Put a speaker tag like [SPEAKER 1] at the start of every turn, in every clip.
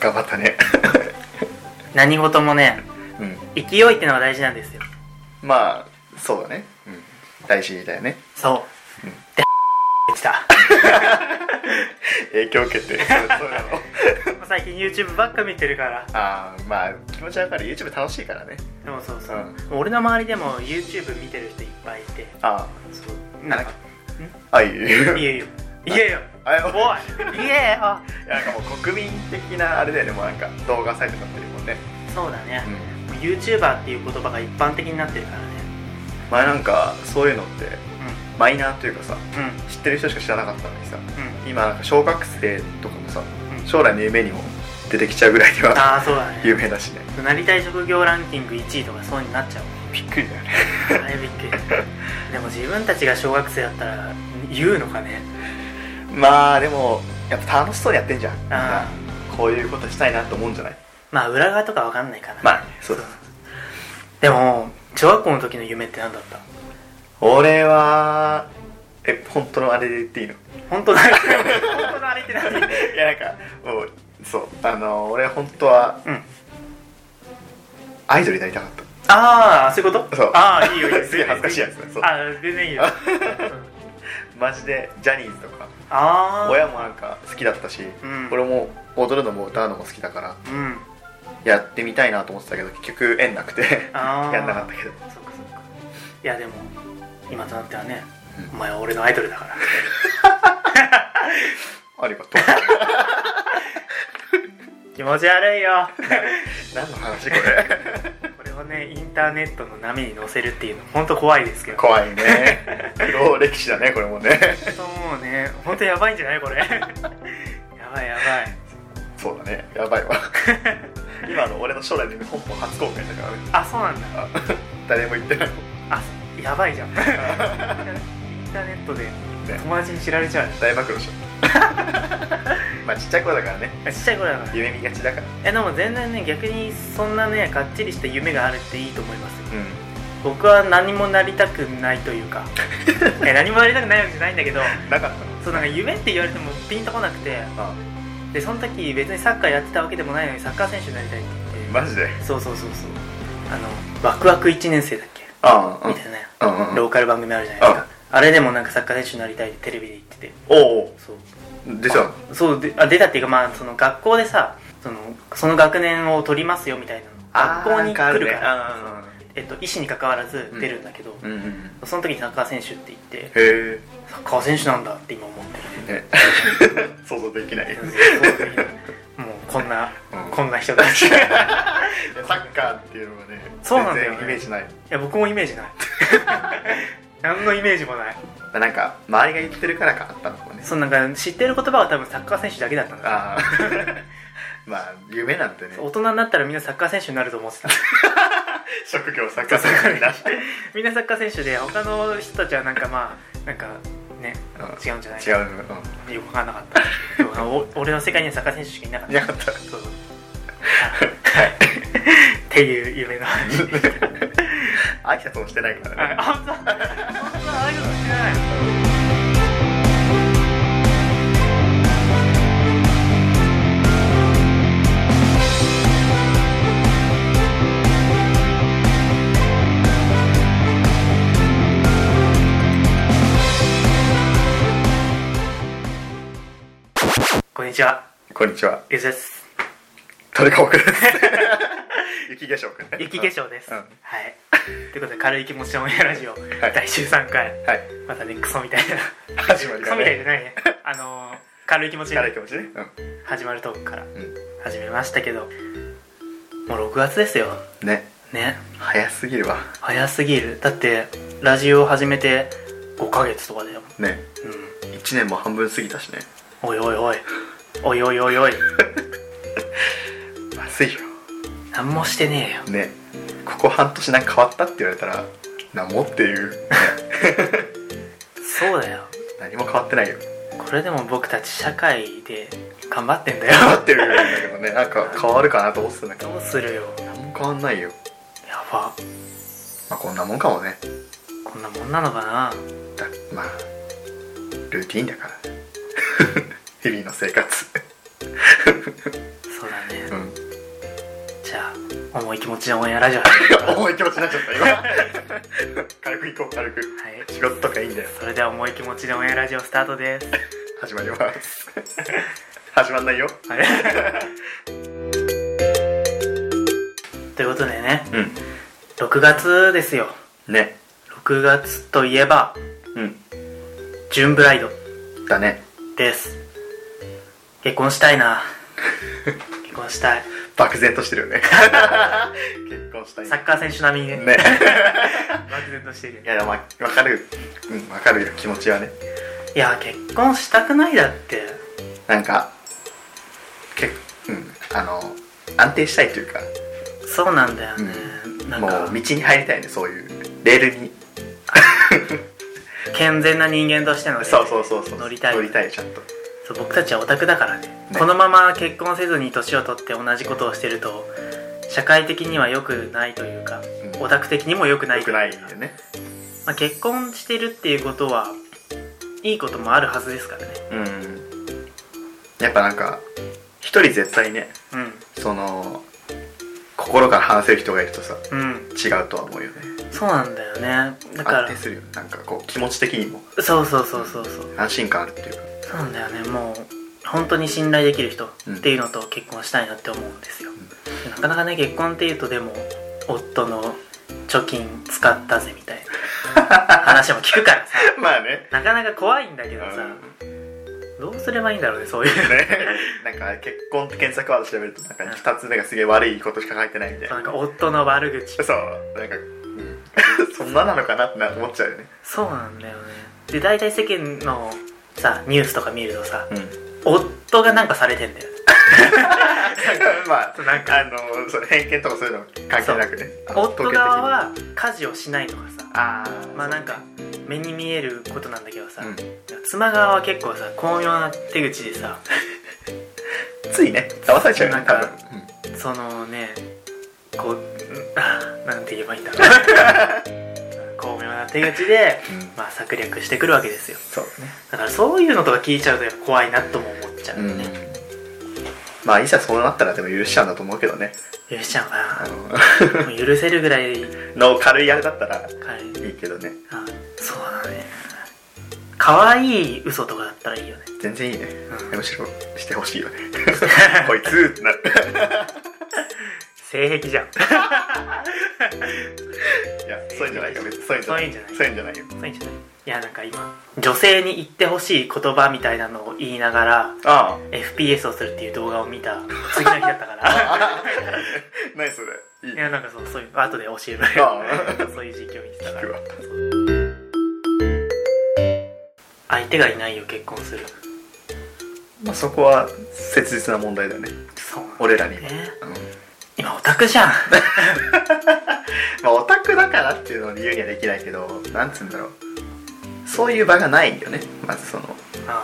[SPEAKER 1] 頑張った ね
[SPEAKER 2] 何事もね
[SPEAKER 1] うん
[SPEAKER 2] 勢いってのが大事なんですよ
[SPEAKER 1] まあそうだね、うん、大事だよね
[SPEAKER 2] そう、
[SPEAKER 1] うん
[SPEAKER 2] で できた
[SPEAKER 1] 影響受け てそうそうなの
[SPEAKER 2] 最近 YouTube ばっか見てるから
[SPEAKER 1] ああまあ気持ちはわかる YouTube 楽しいからね
[SPEAKER 2] でもそうそうう、
[SPEAKER 1] ん
[SPEAKER 2] 俺の周りでも YouTube 見てる人いっぱいいて
[SPEAKER 1] あ
[SPEAKER 2] そう
[SPEAKER 1] あ
[SPEAKER 2] なんか
[SPEAKER 1] ああいいよいいよ
[SPEAKER 2] 言えよ言えよ
[SPEAKER 1] あい
[SPEAKER 2] おい言えよ
[SPEAKER 1] やなんかもう国民的なあれだよねもうなんか動画サイトになってるもんね、
[SPEAKER 2] そうだね
[SPEAKER 1] う、ん、
[SPEAKER 2] もう YouTuber っていう言葉が一般的になってるからね
[SPEAKER 1] 前なんかそういうのって
[SPEAKER 2] う
[SPEAKER 1] マイナーというかさ
[SPEAKER 2] んうん
[SPEAKER 1] 知ってる人しか知らなかったのにさ
[SPEAKER 2] うん
[SPEAKER 1] 今なんか小学生とかもさ
[SPEAKER 2] うん
[SPEAKER 1] 将来の夢にも出てきちゃうぐらいには
[SPEAKER 2] ああそうだね
[SPEAKER 1] 有名だしね
[SPEAKER 2] なりたい職業ランキング1位とかそうになっちゃう
[SPEAKER 1] びっくりだよね
[SPEAKER 2] あれびっくりでも自分たちが小学生だったら言うのかね
[SPEAKER 1] まあでもやっぱ楽しそうにやってんじゃんみんな
[SPEAKER 2] あ
[SPEAKER 1] こういうことしたいなと思うんじゃない
[SPEAKER 2] まあ裏側とかわかんないかな
[SPEAKER 1] まあそうだ
[SPEAKER 2] でも小学校の時の夢って何だった
[SPEAKER 1] 俺はえ本当のあれで言っていいの
[SPEAKER 2] 本当だ本当のあれって何
[SPEAKER 1] いやなんかもうそうあの俺本当は
[SPEAKER 2] うん
[SPEAKER 1] アイドルになりたかった
[SPEAKER 2] ああそういうこと
[SPEAKER 1] そう
[SPEAKER 2] ああいいよいいよ
[SPEAKER 1] すげえ恥ずかしいやつだそう
[SPEAKER 2] ああ全然いいようん
[SPEAKER 1] マジでジャニーズとか
[SPEAKER 2] ああ
[SPEAKER 1] 親もなんか好きだったし、
[SPEAKER 2] うん
[SPEAKER 1] 俺も踊るのも歌うのも好きだから
[SPEAKER 2] うん
[SPEAKER 1] やってみたいなと思ってたけど結局縁なくて
[SPEAKER 2] ああ
[SPEAKER 1] やんなかったけど
[SPEAKER 2] そっかそっかいやでも今となってはね、お
[SPEAKER 1] う
[SPEAKER 2] 前は俺のアイドルだから
[SPEAKER 1] ありがとう
[SPEAKER 2] 気持ち悪いよ
[SPEAKER 1] 何の話これ
[SPEAKER 2] これをねインターネットの波に乗せるっていうの本当怖いですけど
[SPEAKER 1] 怖いね苦労歴史だねこれもね
[SPEAKER 2] 本当もうね本当やばいんじゃないこれ やばいやばい
[SPEAKER 1] そうだねやばいわ 今の俺の将来の夢本邦初公開だからね
[SPEAKER 2] あそうなんだ
[SPEAKER 1] あ誰も言ってない
[SPEAKER 2] あやばいじゃんインターネットで友達に知られちゃう
[SPEAKER 1] 大暴露しちゃった まあちっちゃい子だからね
[SPEAKER 2] ちっちゃい頃だからい
[SPEAKER 1] 夢見がちだから
[SPEAKER 2] やでも全然ね逆にそんなねがっちりした夢があるっていいと思いますよ
[SPEAKER 1] う
[SPEAKER 2] 僕は何もなりたくないという かいや何もなりたくないわけじゃないんだけど
[SPEAKER 1] んなかったの
[SPEAKER 2] そうなんか夢って言われてもピンとこなくて
[SPEAKER 1] あ
[SPEAKER 2] でその時別にサッカーやってたわけでもないのにサッカー選手になりたいって言って
[SPEAKER 1] マジで
[SPEAKER 2] そうそうそうそうあのワクワク1年生だっけ
[SPEAKER 1] ああ
[SPEAKER 2] みたいな
[SPEAKER 1] うんうんうん
[SPEAKER 2] ローカル番組あるじゃないですかあれでもなんかサッカー選手になりたいってテレビで言ってて
[SPEAKER 1] おう
[SPEAKER 2] そう
[SPEAKER 1] おうでさ
[SPEAKER 2] そうであ出たっていうかまあその学校でさそのその学年を取りますよみたいな
[SPEAKER 1] あー
[SPEAKER 2] 学校に来るから
[SPEAKER 1] なんかあるね
[SPEAKER 2] そうえっと、医師に関わらず出るんだけど、
[SPEAKER 1] うんうんうん
[SPEAKER 2] その時にサッカー選手って言って
[SPEAKER 1] へ
[SPEAKER 2] サッカー選手なんだって今思って
[SPEAKER 1] え ね想像できない
[SPEAKER 2] る もうこんな、
[SPEAKER 1] うん
[SPEAKER 2] こんな人た ちい
[SPEAKER 1] サッカーっていうのがね
[SPEAKER 2] そうなんだよね
[SPEAKER 1] 全然イメージない
[SPEAKER 2] や僕もイメージ ない何のイメージもない
[SPEAKER 1] なんか周りが言ってるからかあったのかもね
[SPEAKER 2] そのなんか知ってる言葉は多分サッカー選手だけだったんだ
[SPEAKER 1] ああ まあ夢なんてね
[SPEAKER 2] 大人になったらみんなサッカー選手になると思ってた
[SPEAKER 1] 職業サッカー選手になって
[SPEAKER 2] みんなサッカー選手で他の人たちはなんかまあなんかね
[SPEAKER 1] うん
[SPEAKER 2] 違うんじゃない
[SPEAKER 1] 違うのうん
[SPEAKER 2] よく分かんなかっ たよくわかんお俺の世界にはサッカー選手しかいなかっ
[SPEAKER 1] い
[SPEAKER 2] た
[SPEAKER 1] なかった
[SPEAKER 2] そう っていう夢の話
[SPEAKER 1] 挨拶もしてないからね
[SPEAKER 2] あ、本当。本当ああいうこと知らない。こんにちは、
[SPEAKER 1] こんにちは
[SPEAKER 2] ゆずです。
[SPEAKER 1] 鳥川君 です雪化粧君ね
[SPEAKER 2] 雪化粧です。
[SPEAKER 1] うん
[SPEAKER 2] はい。ということで、軽い気持ちのオンエアラジオ、
[SPEAKER 1] い
[SPEAKER 2] 第13回、
[SPEAKER 1] はい
[SPEAKER 2] またね、クソみたいな。
[SPEAKER 1] 始まり
[SPEAKER 2] クソ
[SPEAKER 1] が
[SPEAKER 2] みたいじ
[SPEAKER 1] ね
[SPEAKER 2] ゃないねあのー軽い気持ち
[SPEAKER 1] 軽い
[SPEAKER 2] で
[SPEAKER 1] 気持ちね
[SPEAKER 2] 始まるトークから
[SPEAKER 1] うんう
[SPEAKER 2] 始めましたけどもう6月ですよ
[SPEAKER 1] んね
[SPEAKER 2] ね
[SPEAKER 1] 早すぎるわ
[SPEAKER 2] 早すぎるだってラジオを始めて5ヶ月とかだよ
[SPEAKER 1] ね
[SPEAKER 2] う
[SPEAKER 1] 1年も半分過ぎたしね
[SPEAKER 2] んおいおいおいおいおいおいおい
[SPEAKER 1] まずいよ
[SPEAKER 2] 何もしてねえよ
[SPEAKER 1] ねここ半年なんか変わったって言われたら何もっていう
[SPEAKER 2] そうだよ
[SPEAKER 1] 何も変わってないよ
[SPEAKER 2] これでも僕たち社会で頑張ってんだよ
[SPEAKER 1] 変わってるんだけどねなんか変わるかなと思ってたんだけど
[SPEAKER 2] どうするよ
[SPEAKER 1] 何も変わんないよ
[SPEAKER 2] やば
[SPEAKER 1] まあこんなもんかもね
[SPEAKER 2] こんなもんなのかな
[SPEAKER 1] だ まあルーティンだから日々の生活
[SPEAKER 2] そうだね
[SPEAKER 1] うん
[SPEAKER 2] じゃあ重い気持ちでオンエアラジオ始めようか
[SPEAKER 1] 重い気持ちになっちゃ った今軽く行こう軽く
[SPEAKER 2] はい
[SPEAKER 1] 仕事とかいいんだよ
[SPEAKER 2] それでは重い気持ちでオンエアラジオスタートです
[SPEAKER 1] 始まります始まんないよ
[SPEAKER 2] あれということでね
[SPEAKER 1] う
[SPEAKER 2] 6月ですよ
[SPEAKER 1] んね
[SPEAKER 2] 6月といえば
[SPEAKER 1] うん
[SPEAKER 2] ジューンブライド
[SPEAKER 1] だね
[SPEAKER 2] です結婚したい な結婚したい
[SPEAKER 1] 漠然としてるよ ね結婚したい
[SPEAKER 2] サッカー選手並みにね
[SPEAKER 1] ね
[SPEAKER 2] 漠然としてるよ
[SPEAKER 1] いやでもまあわかるうんわかるよ気持ちはね
[SPEAKER 2] いや結婚したくないだって
[SPEAKER 1] なんか結うんあの安定したいというか
[SPEAKER 2] そうなんだよね、なん
[SPEAKER 1] もう
[SPEAKER 2] か
[SPEAKER 1] 道に入りたいねそういうレールに
[SPEAKER 2] 健全な人間としてのね
[SPEAKER 1] そうそうそうそう
[SPEAKER 2] 乗りたい
[SPEAKER 1] 乗りたいちゃんと
[SPEAKER 2] そう僕たちはオタクだからね
[SPEAKER 1] ね
[SPEAKER 2] このまま結婚せずに年を取って同じことをしてると社会的には良くないというか、
[SPEAKER 1] うん
[SPEAKER 2] オタク的にも良くない
[SPEAKER 1] 良くないよね
[SPEAKER 2] まあ、結婚してるっていうことはいいこともあるはずですからね
[SPEAKER 1] うんやっぱなんか一人絶対ねその心から話せる人がいるとさ
[SPEAKER 2] うんうん
[SPEAKER 1] 違うとは思うよね
[SPEAKER 2] そうなんだよねだか
[SPEAKER 1] 安
[SPEAKER 2] ら
[SPEAKER 1] 定するよねなんかこう気持ち的にも
[SPEAKER 2] そうそうそうそうそう
[SPEAKER 1] 安心感あるっていうか
[SPEAKER 2] そうなんだよねもう本当に信頼できる人っていうのと結婚したいなって思うんですよ、なかなかね結婚っていうとでも夫の貯金使ったぜみたいな話も聞くからさ
[SPEAKER 1] まあね
[SPEAKER 2] なかなか怖いんだけ
[SPEAKER 1] う
[SPEAKER 2] ど
[SPEAKER 1] ん
[SPEAKER 2] さどうすればいいんだろうねそういう
[SPEAKER 1] ねなんか結婚って検索ワード調べるとなんか2つ目がすげえ悪いことしか書いてないみたい
[SPEAKER 2] そう
[SPEAKER 1] な
[SPEAKER 2] なんか夫の悪口
[SPEAKER 1] そうなんか、うん、 そんななのかなってな思っちゃうよね
[SPEAKER 2] そうなんだよねで大体世間のさニュースとか見るとさ
[SPEAKER 1] うん
[SPEAKER 2] 夫がなんかされてんだよ
[SPEAKER 1] まあ
[SPEAKER 2] なんか
[SPEAKER 1] あのそれ偏見とかそういうの関係なくねあの
[SPEAKER 2] 夫
[SPEAKER 1] 統計的に
[SPEAKER 2] 側は家事をしないとかさ
[SPEAKER 1] ああ
[SPEAKER 2] まあなんか目に見えることなんだけどさ、
[SPEAKER 1] うん
[SPEAKER 2] 妻側は結構さ巧妙な手口でさ
[SPEAKER 1] ついね騙されちゃうよね
[SPEAKER 2] な
[SPEAKER 1] 多
[SPEAKER 2] んか
[SPEAKER 1] 分うん
[SPEAKER 2] そのねこううん あなんて言えばいいんだろう 巧妙な手口で、まあ、策略してくるわけですよ
[SPEAKER 1] そうね
[SPEAKER 2] だからそういうのとか聞いちゃうとやっぱ怖いなとも思っちゃうよね、
[SPEAKER 1] まあいざそうなったらでも許しちゃうんだと思うけどね
[SPEAKER 2] 許しちゃう
[SPEAKER 1] あ
[SPEAKER 2] か
[SPEAKER 1] の
[SPEAKER 2] なもう許せるぐらい
[SPEAKER 1] の軽いあれだったら
[SPEAKER 2] かい
[SPEAKER 1] いいけどね
[SPEAKER 2] あそうだね可愛い嘘とかだったらいいよね、
[SPEAKER 1] 全然いいね
[SPEAKER 2] うん
[SPEAKER 1] むしろしてほしいよね こいつってなる
[SPEAKER 2] 性癖じゃん
[SPEAKER 1] いやそういうんじゃないよ別にそういうんじゃ
[SPEAKER 2] そう
[SPEAKER 1] ないい
[SPEAKER 2] うんじゃない
[SPEAKER 1] そういうんじゃないよ
[SPEAKER 2] そういうんじゃないいやなんか今女性に言ってほしい言葉みたいなのを言いながら
[SPEAKER 1] あ
[SPEAKER 2] FPS をするっていう動画を見た次の日だったから
[SPEAKER 1] あ何それいい
[SPEAKER 2] いやなんかそうそういう後で教える
[SPEAKER 1] あ
[SPEAKER 2] そういう実況見てたか
[SPEAKER 1] 聞く
[SPEAKER 2] ら
[SPEAKER 1] わ
[SPEAKER 2] 相手がいないよ結婚する
[SPEAKER 1] まあそこは切実な問題だよね
[SPEAKER 2] そうなんだ
[SPEAKER 1] 俺らには
[SPEAKER 2] ね
[SPEAKER 1] うん
[SPEAKER 2] 今オタクじゃん
[SPEAKER 1] まあオタクだからっていうのを理由にはできないけどなんつうんだろうそういう場がないんだよねまずその
[SPEAKER 2] あ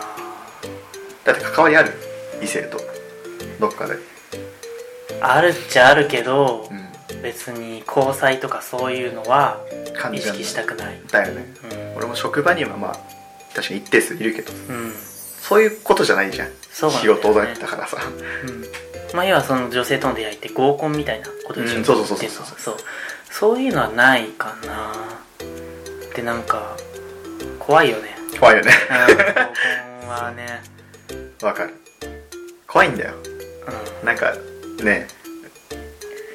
[SPEAKER 1] だって関わりある異性とどっかで
[SPEAKER 2] ーあるっちゃあるけど、
[SPEAKER 1] う
[SPEAKER 2] 別に交際とかそういうのは
[SPEAKER 1] ん感
[SPEAKER 2] 意
[SPEAKER 1] じ
[SPEAKER 2] 識した
[SPEAKER 1] く
[SPEAKER 2] くない
[SPEAKER 1] だよね
[SPEAKER 2] うん
[SPEAKER 1] 俺も職場にはまあ確かに一定数いるけど
[SPEAKER 2] うん
[SPEAKER 1] そういうことじゃないじゃん
[SPEAKER 2] そうなんだ
[SPEAKER 1] 仕
[SPEAKER 2] よね
[SPEAKER 1] 事だったからさ
[SPEAKER 2] うんまあ要はその女性との出会いって合コンみたいなことでしょ、
[SPEAKER 1] うんそうそうそうそう
[SPEAKER 2] 言ってんのそうそういうのはないかなでなんか怖いよね、
[SPEAKER 1] 怖いよね
[SPEAKER 2] うん、合コンはね、
[SPEAKER 1] わかる怖いんだよ
[SPEAKER 2] うん、
[SPEAKER 1] なんかね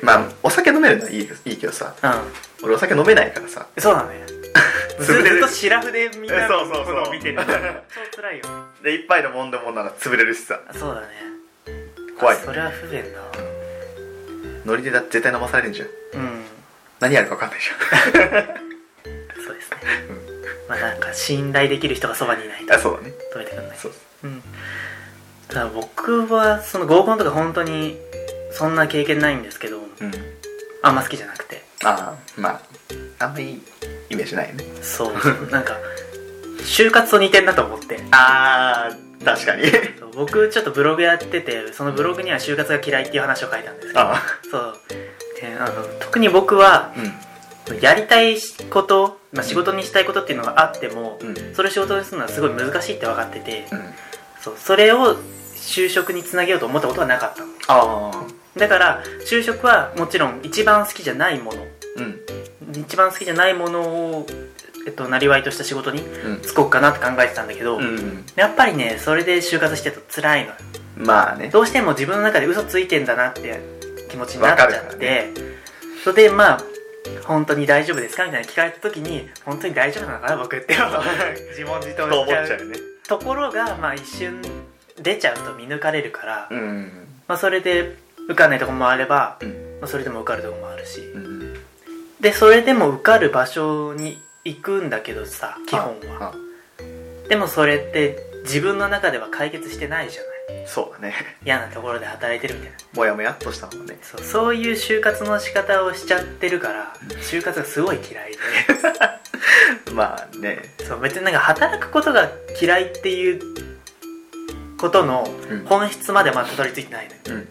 [SPEAKER 1] まあお酒飲めるのはいいけどいいけどさ
[SPEAKER 2] う
[SPEAKER 1] 俺お酒飲めないからさ
[SPEAKER 2] ん、そうだねず
[SPEAKER 1] 潰れ
[SPEAKER 2] ず
[SPEAKER 1] る
[SPEAKER 2] っとシラフでみんなの
[SPEAKER 1] そうそうそう
[SPEAKER 2] ことを見てるから超辛いよね
[SPEAKER 1] で一杯でも飲んでもんなら潰れるしさ
[SPEAKER 2] あそうだね
[SPEAKER 1] 怖い
[SPEAKER 2] あそれは不便だわ
[SPEAKER 1] ノリでだって絶対飲まされるじゃん
[SPEAKER 2] うん
[SPEAKER 1] 何やるか分かんないじ
[SPEAKER 2] そうですね、まあなんか信頼できる人がそばにいないと
[SPEAKER 1] ゃん あそうだね
[SPEAKER 2] 止めてくんない
[SPEAKER 1] そう
[SPEAKER 2] うん、ただ僕はその合コンとか本当にそんな経験ないんですけど
[SPEAKER 1] うん
[SPEAKER 2] あんま好きじゃなくて
[SPEAKER 1] ああまああんまりいいイメージないよね
[SPEAKER 2] そう なんか就活と似てんなと思って
[SPEAKER 1] ああ確かに
[SPEAKER 2] 僕ちょっとブログやっててそのブログには就活が嫌いっていう話を書いたんですけど
[SPEAKER 1] あ
[SPEAKER 2] そうであの特に僕は
[SPEAKER 1] あうん
[SPEAKER 2] やりたいこと、まあ、仕事にしたいことっていうのがあっても
[SPEAKER 1] うん
[SPEAKER 2] それを仕事にするのはすごい難しいって分かってて
[SPEAKER 1] うん
[SPEAKER 2] そうそれを就職につなげようと思ったことはなかったの
[SPEAKER 1] ああ
[SPEAKER 2] だから就職はもちろん一番好きじゃないもの
[SPEAKER 1] うん
[SPEAKER 2] 一番好きじゃないものをえっとなりわいとした仕事に
[SPEAKER 1] うん
[SPEAKER 2] 就こうかなって考えてたんだけど、
[SPEAKER 1] うん
[SPEAKER 2] やっぱりねそれで就活してると辛いのよ
[SPEAKER 1] まあね
[SPEAKER 2] どうしても自分の中で嘘ついてんだなって気持ちになっちゃ
[SPEAKER 1] わかる
[SPEAKER 2] っ
[SPEAKER 1] か
[SPEAKER 2] て、
[SPEAKER 1] らね
[SPEAKER 2] それでまあ本当に大丈夫ですかみたいな聞かれた時に本当に大丈夫なのかな僕って 自問自答
[SPEAKER 1] と
[SPEAKER 2] し
[SPEAKER 1] 思っ
[SPEAKER 2] ちゃう
[SPEAKER 1] ちゃうね
[SPEAKER 2] ところがまあ一瞬出ちゃうと見抜かれるから、
[SPEAKER 1] うん
[SPEAKER 2] まあ、それで受かんないとこもあれば、
[SPEAKER 1] うん
[SPEAKER 2] まあ、それでも受かるとこもあるし
[SPEAKER 1] うん
[SPEAKER 2] でそれでも受かる場所に行くんだけどさ基本は
[SPEAKER 1] あ
[SPEAKER 2] でもそれって自分の中では解決してないじゃない
[SPEAKER 1] あそうだね
[SPEAKER 2] 嫌なところで働いてるみたいな
[SPEAKER 1] もやもやっとしたもんね
[SPEAKER 2] そうそういう就活の仕方をしちゃってるから就活がすごい嫌いで
[SPEAKER 1] まあね
[SPEAKER 2] そう別になんか働くことが嫌いっていうことの
[SPEAKER 1] うん
[SPEAKER 2] 本質までまあたどり着いてないのよ
[SPEAKER 1] うん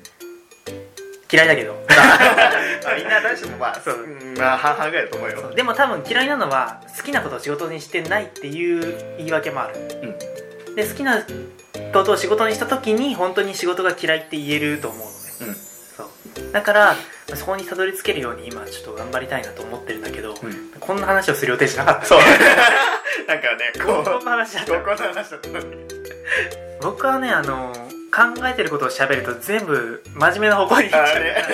[SPEAKER 2] 嫌いだけど
[SPEAKER 1] あみんな大丈夫まあ
[SPEAKER 2] そう
[SPEAKER 1] うんまあ半々ぐらいだと思う
[SPEAKER 2] そう
[SPEAKER 1] よ
[SPEAKER 2] でも多分嫌いなのは好きなことを仕事にしてないっていう言い訳もある
[SPEAKER 1] うん
[SPEAKER 2] で好きなことを仕事にした時に本当に仕事が嫌いって言えると思うのね
[SPEAKER 1] うん
[SPEAKER 2] そうだからそこにたどり着けるように今ちょっと頑張りたいなと思ってるんだけど、
[SPEAKER 1] うん
[SPEAKER 2] こんな話をする予定じゃなかった
[SPEAKER 1] そうなんかねこう
[SPEAKER 2] こんな話だった
[SPEAKER 1] 合コンの話だったのに
[SPEAKER 2] 僕はねあの考えてることを喋ると全部真面目な方向に行っちゃ
[SPEAKER 1] あ
[SPEAKER 2] う
[SPEAKER 1] れ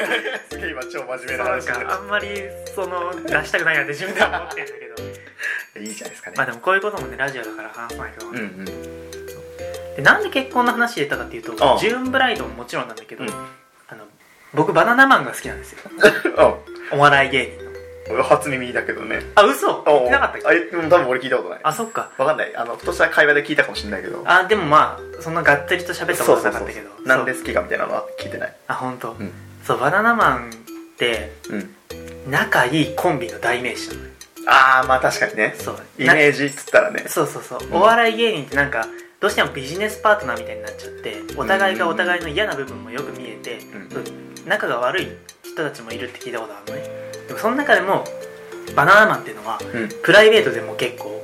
[SPEAKER 1] すげえ今超真面目な
[SPEAKER 2] なん
[SPEAKER 1] 話
[SPEAKER 2] かあんまりその出したくないなって自 分では思ってるんだけど
[SPEAKER 1] いいじゃないですかね
[SPEAKER 2] まあでもこういうこともねラジオだから話さないけど、
[SPEAKER 1] うんうん
[SPEAKER 2] でなんで結婚の話出たかっていうと
[SPEAKER 1] ああ
[SPEAKER 2] ジューンブライドももちろんなんだけど、
[SPEAKER 1] うん
[SPEAKER 2] あの僕バナナマンが好きなんですよ
[SPEAKER 1] あ
[SPEAKER 2] お笑い芸人の
[SPEAKER 1] 俺初耳だけどね
[SPEAKER 2] あ嘘
[SPEAKER 1] あ
[SPEAKER 2] 聞いてなかったっけ
[SPEAKER 1] あれうん多分俺聞いたことない
[SPEAKER 2] あそっか
[SPEAKER 1] わかんないあの今年は会話で聞いたかもしれないけど
[SPEAKER 2] あでもまあそんながっつりと喋ったことはなかったけど
[SPEAKER 1] なんで
[SPEAKER 2] そう
[SPEAKER 1] 好きかみたいなのは聞いてない
[SPEAKER 2] あ本当、
[SPEAKER 1] ん
[SPEAKER 2] そうバナナマンって
[SPEAKER 1] うん
[SPEAKER 2] 仲いいコンビの代名詞なのよ
[SPEAKER 1] ああまあ確かにね
[SPEAKER 2] そう
[SPEAKER 1] イメージっつったらね
[SPEAKER 2] そうそうそう、
[SPEAKER 1] ん
[SPEAKER 2] お笑い芸人ってなんかどうしてもビジネスパートナーみたいになっちゃってお互いがお互いの嫌な部分もよく見えて、
[SPEAKER 1] ん
[SPEAKER 2] そう仲が悪い人たちもいるって聞いたことあるのねでもその中でもバナナマンっていうのは
[SPEAKER 1] うん
[SPEAKER 2] プライベートでも結構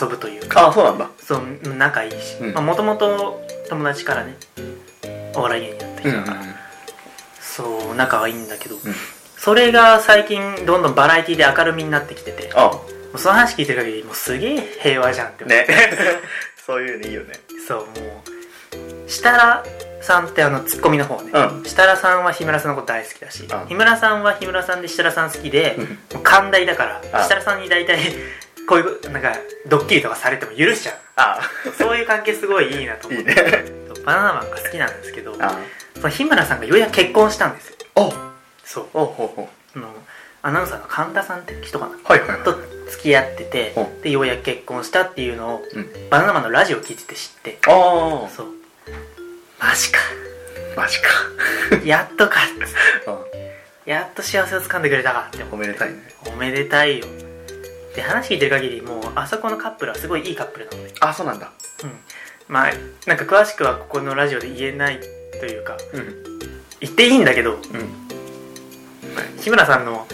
[SPEAKER 2] 遊ぶというか
[SPEAKER 1] あそうなんだ
[SPEAKER 2] そう仲いいし
[SPEAKER 1] うん
[SPEAKER 2] もともと友達からねお笑い芸人やった人だから、そう仲はいいんだけど、それが最近どんどんバラエティで明るみになってきてても
[SPEAKER 1] あ
[SPEAKER 2] うその話聞いてる限りもうすげえ平和じゃんって思って
[SPEAKER 1] ね そういうのいいよね
[SPEAKER 2] そうもう設楽さんってあのツッコミの方ね、
[SPEAKER 1] うん
[SPEAKER 2] 設楽さんは日村さんのこと大好きだし、
[SPEAKER 1] ん
[SPEAKER 2] 日村さんは日村さんで設楽さん好きで、
[SPEAKER 1] うん
[SPEAKER 2] もう寛大だから
[SPEAKER 1] あ
[SPEAKER 2] 設楽さんに大体こういうなんかドッキリとかされても許しちゃう
[SPEAKER 1] あ
[SPEAKER 2] そういう関係すごいいいなと
[SPEAKER 1] あ
[SPEAKER 2] 思
[SPEAKER 1] い
[SPEAKER 2] っ
[SPEAKER 1] い
[SPEAKER 2] て
[SPEAKER 1] ね
[SPEAKER 2] そうバナナマンが好きなんですけどそ
[SPEAKER 1] あ
[SPEAKER 2] の日村さんがようやく結婚したんですよ
[SPEAKER 1] あお
[SPEAKER 2] そう
[SPEAKER 1] おほほ
[SPEAKER 2] あのアナウンサーの神田さんって人かな
[SPEAKER 1] はいはいはい
[SPEAKER 2] と付き合ってて
[SPEAKER 1] うん
[SPEAKER 2] でようやく結婚したっていうのを、
[SPEAKER 1] うん
[SPEAKER 2] バナナマンのラジオ聞いてて知って
[SPEAKER 1] あ
[SPEAKER 2] そうマジか
[SPEAKER 1] あマジか
[SPEAKER 2] やっとか
[SPEAKER 1] あ
[SPEAKER 2] やっと幸せをつかんでくれたかって
[SPEAKER 1] おめでたいね
[SPEAKER 2] おめでたいよで話聞いてる限りもうあそこのカップルはすごいいいカップルなので、
[SPEAKER 1] あそうなんだ
[SPEAKER 2] うん、まあなんか詳しくはここのラジオで言えないというか
[SPEAKER 1] うん
[SPEAKER 2] 言っていいんだけど
[SPEAKER 1] うん
[SPEAKER 2] 日村さんの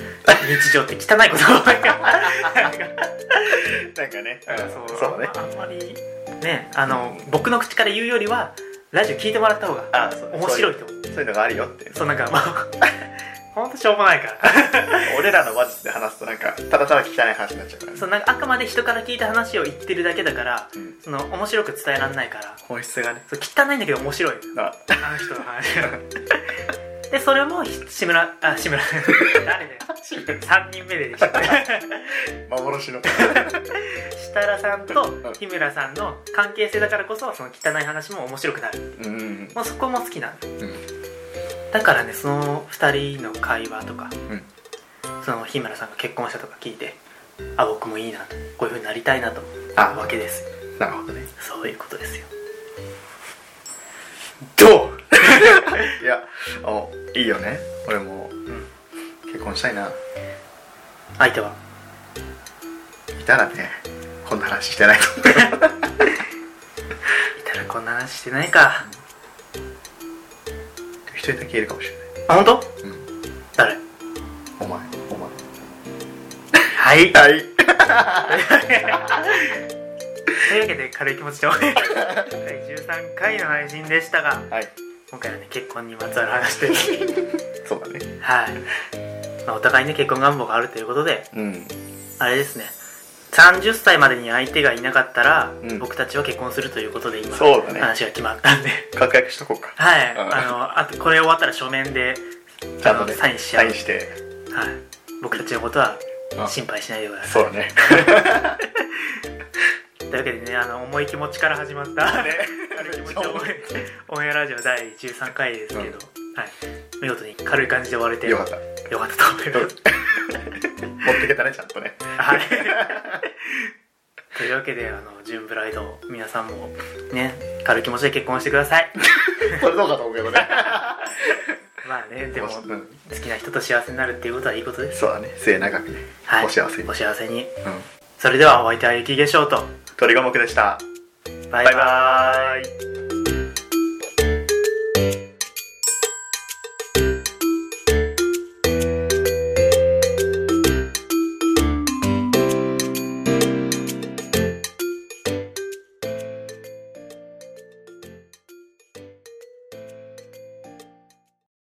[SPEAKER 2] 日常って汚いことが多いから
[SPEAKER 1] なんかね
[SPEAKER 2] そう
[SPEAKER 1] そうだね
[SPEAKER 2] あんまりねあの僕の口から言うよりはラジオ聞いてもらった方が
[SPEAKER 1] あそう
[SPEAKER 2] 面白いと思う
[SPEAKER 1] そういうのがあるよって
[SPEAKER 2] そうなんかもう ほんとしょうもないから
[SPEAKER 1] 俺らの話術で話すとなんかただただ汚い話になっちゃうからね
[SPEAKER 2] そうなんかあくまで人から聞いた話を言ってるだけだから、
[SPEAKER 1] うん
[SPEAKER 2] その面白く伝えられないから
[SPEAKER 1] 本質がね
[SPEAKER 2] そう汚いんだけど面白いのよ
[SPEAKER 1] あ
[SPEAKER 2] あの人の話がでそれもひ志村あ志村誰だよ3人目ででし た
[SPEAKER 1] 幻の
[SPEAKER 2] 設楽さんと日村さんの関係性だからこそその汚い話も面白くなる
[SPEAKER 1] うん
[SPEAKER 2] もうそこも好きなの
[SPEAKER 1] うん
[SPEAKER 2] だからねその2人の会話とか、
[SPEAKER 1] うん
[SPEAKER 2] その日村さんが結婚したとか聞いてあ僕もいいなとこういうふうになりたいなと思
[SPEAKER 1] あ
[SPEAKER 2] うわけです
[SPEAKER 1] なるほどね
[SPEAKER 2] そういうことですよ
[SPEAKER 1] ど ういやあいいよね俺も
[SPEAKER 2] ん
[SPEAKER 1] 結婚したいな
[SPEAKER 2] 相手はい
[SPEAKER 1] たらねこんな話してないと思う
[SPEAKER 2] いたらこんな話してないか
[SPEAKER 1] 一人だけいるかもしれない
[SPEAKER 2] あ本当？
[SPEAKER 1] うん
[SPEAKER 2] 誰
[SPEAKER 1] お前お前
[SPEAKER 2] はい
[SPEAKER 1] はい
[SPEAKER 2] というわけで軽い気持ちで終わり第13回の配信でしたが
[SPEAKER 1] はい
[SPEAKER 2] 今回はね結婚にまつわる話で
[SPEAKER 1] そうだね
[SPEAKER 2] はい、まあ、お互いね結婚願望があるということで
[SPEAKER 1] うん
[SPEAKER 2] あれですね30歳までに相手がいなかったら、
[SPEAKER 1] うん
[SPEAKER 2] 僕たちは結婚するということで今
[SPEAKER 1] そうだね
[SPEAKER 2] 話が決まったんで
[SPEAKER 1] 確約しとこうか
[SPEAKER 2] はい、
[SPEAKER 1] うん
[SPEAKER 2] あのあとこれ終わったら書面で
[SPEAKER 1] ちゃんとね
[SPEAKER 2] あのサインし合う
[SPEAKER 1] して
[SPEAKER 2] はい、僕たちのことは
[SPEAKER 1] うん
[SPEAKER 2] 心配しないでくださ
[SPEAKER 1] そ
[SPEAKER 2] いう
[SPEAKER 1] だね
[SPEAKER 2] というわけでねあの重い気持ちから始まった、軽い気持ちの重いオンエアラジオ第13回ですけど、
[SPEAKER 1] うん
[SPEAKER 2] はい、見事に軽い感じで終われて
[SPEAKER 1] よかった
[SPEAKER 2] よかったと思います、
[SPEAKER 1] 持ってけたねちゃんとね
[SPEAKER 2] はい というわけであのジューンブライド皆さんもね軽い気持ちで結婚してください
[SPEAKER 1] これどうかと思うけ どね
[SPEAKER 2] まあねでも好
[SPEAKER 1] うん
[SPEAKER 2] きな人と幸せになるっていうことはいいことです
[SPEAKER 1] そうだね末永くね
[SPEAKER 2] はい
[SPEAKER 1] お幸せに
[SPEAKER 2] お幸せに
[SPEAKER 1] うん
[SPEAKER 2] それではお相手は雪化粧と
[SPEAKER 1] 鳥が目でした
[SPEAKER 2] バイバイ
[SPEAKER 1] バイバーイ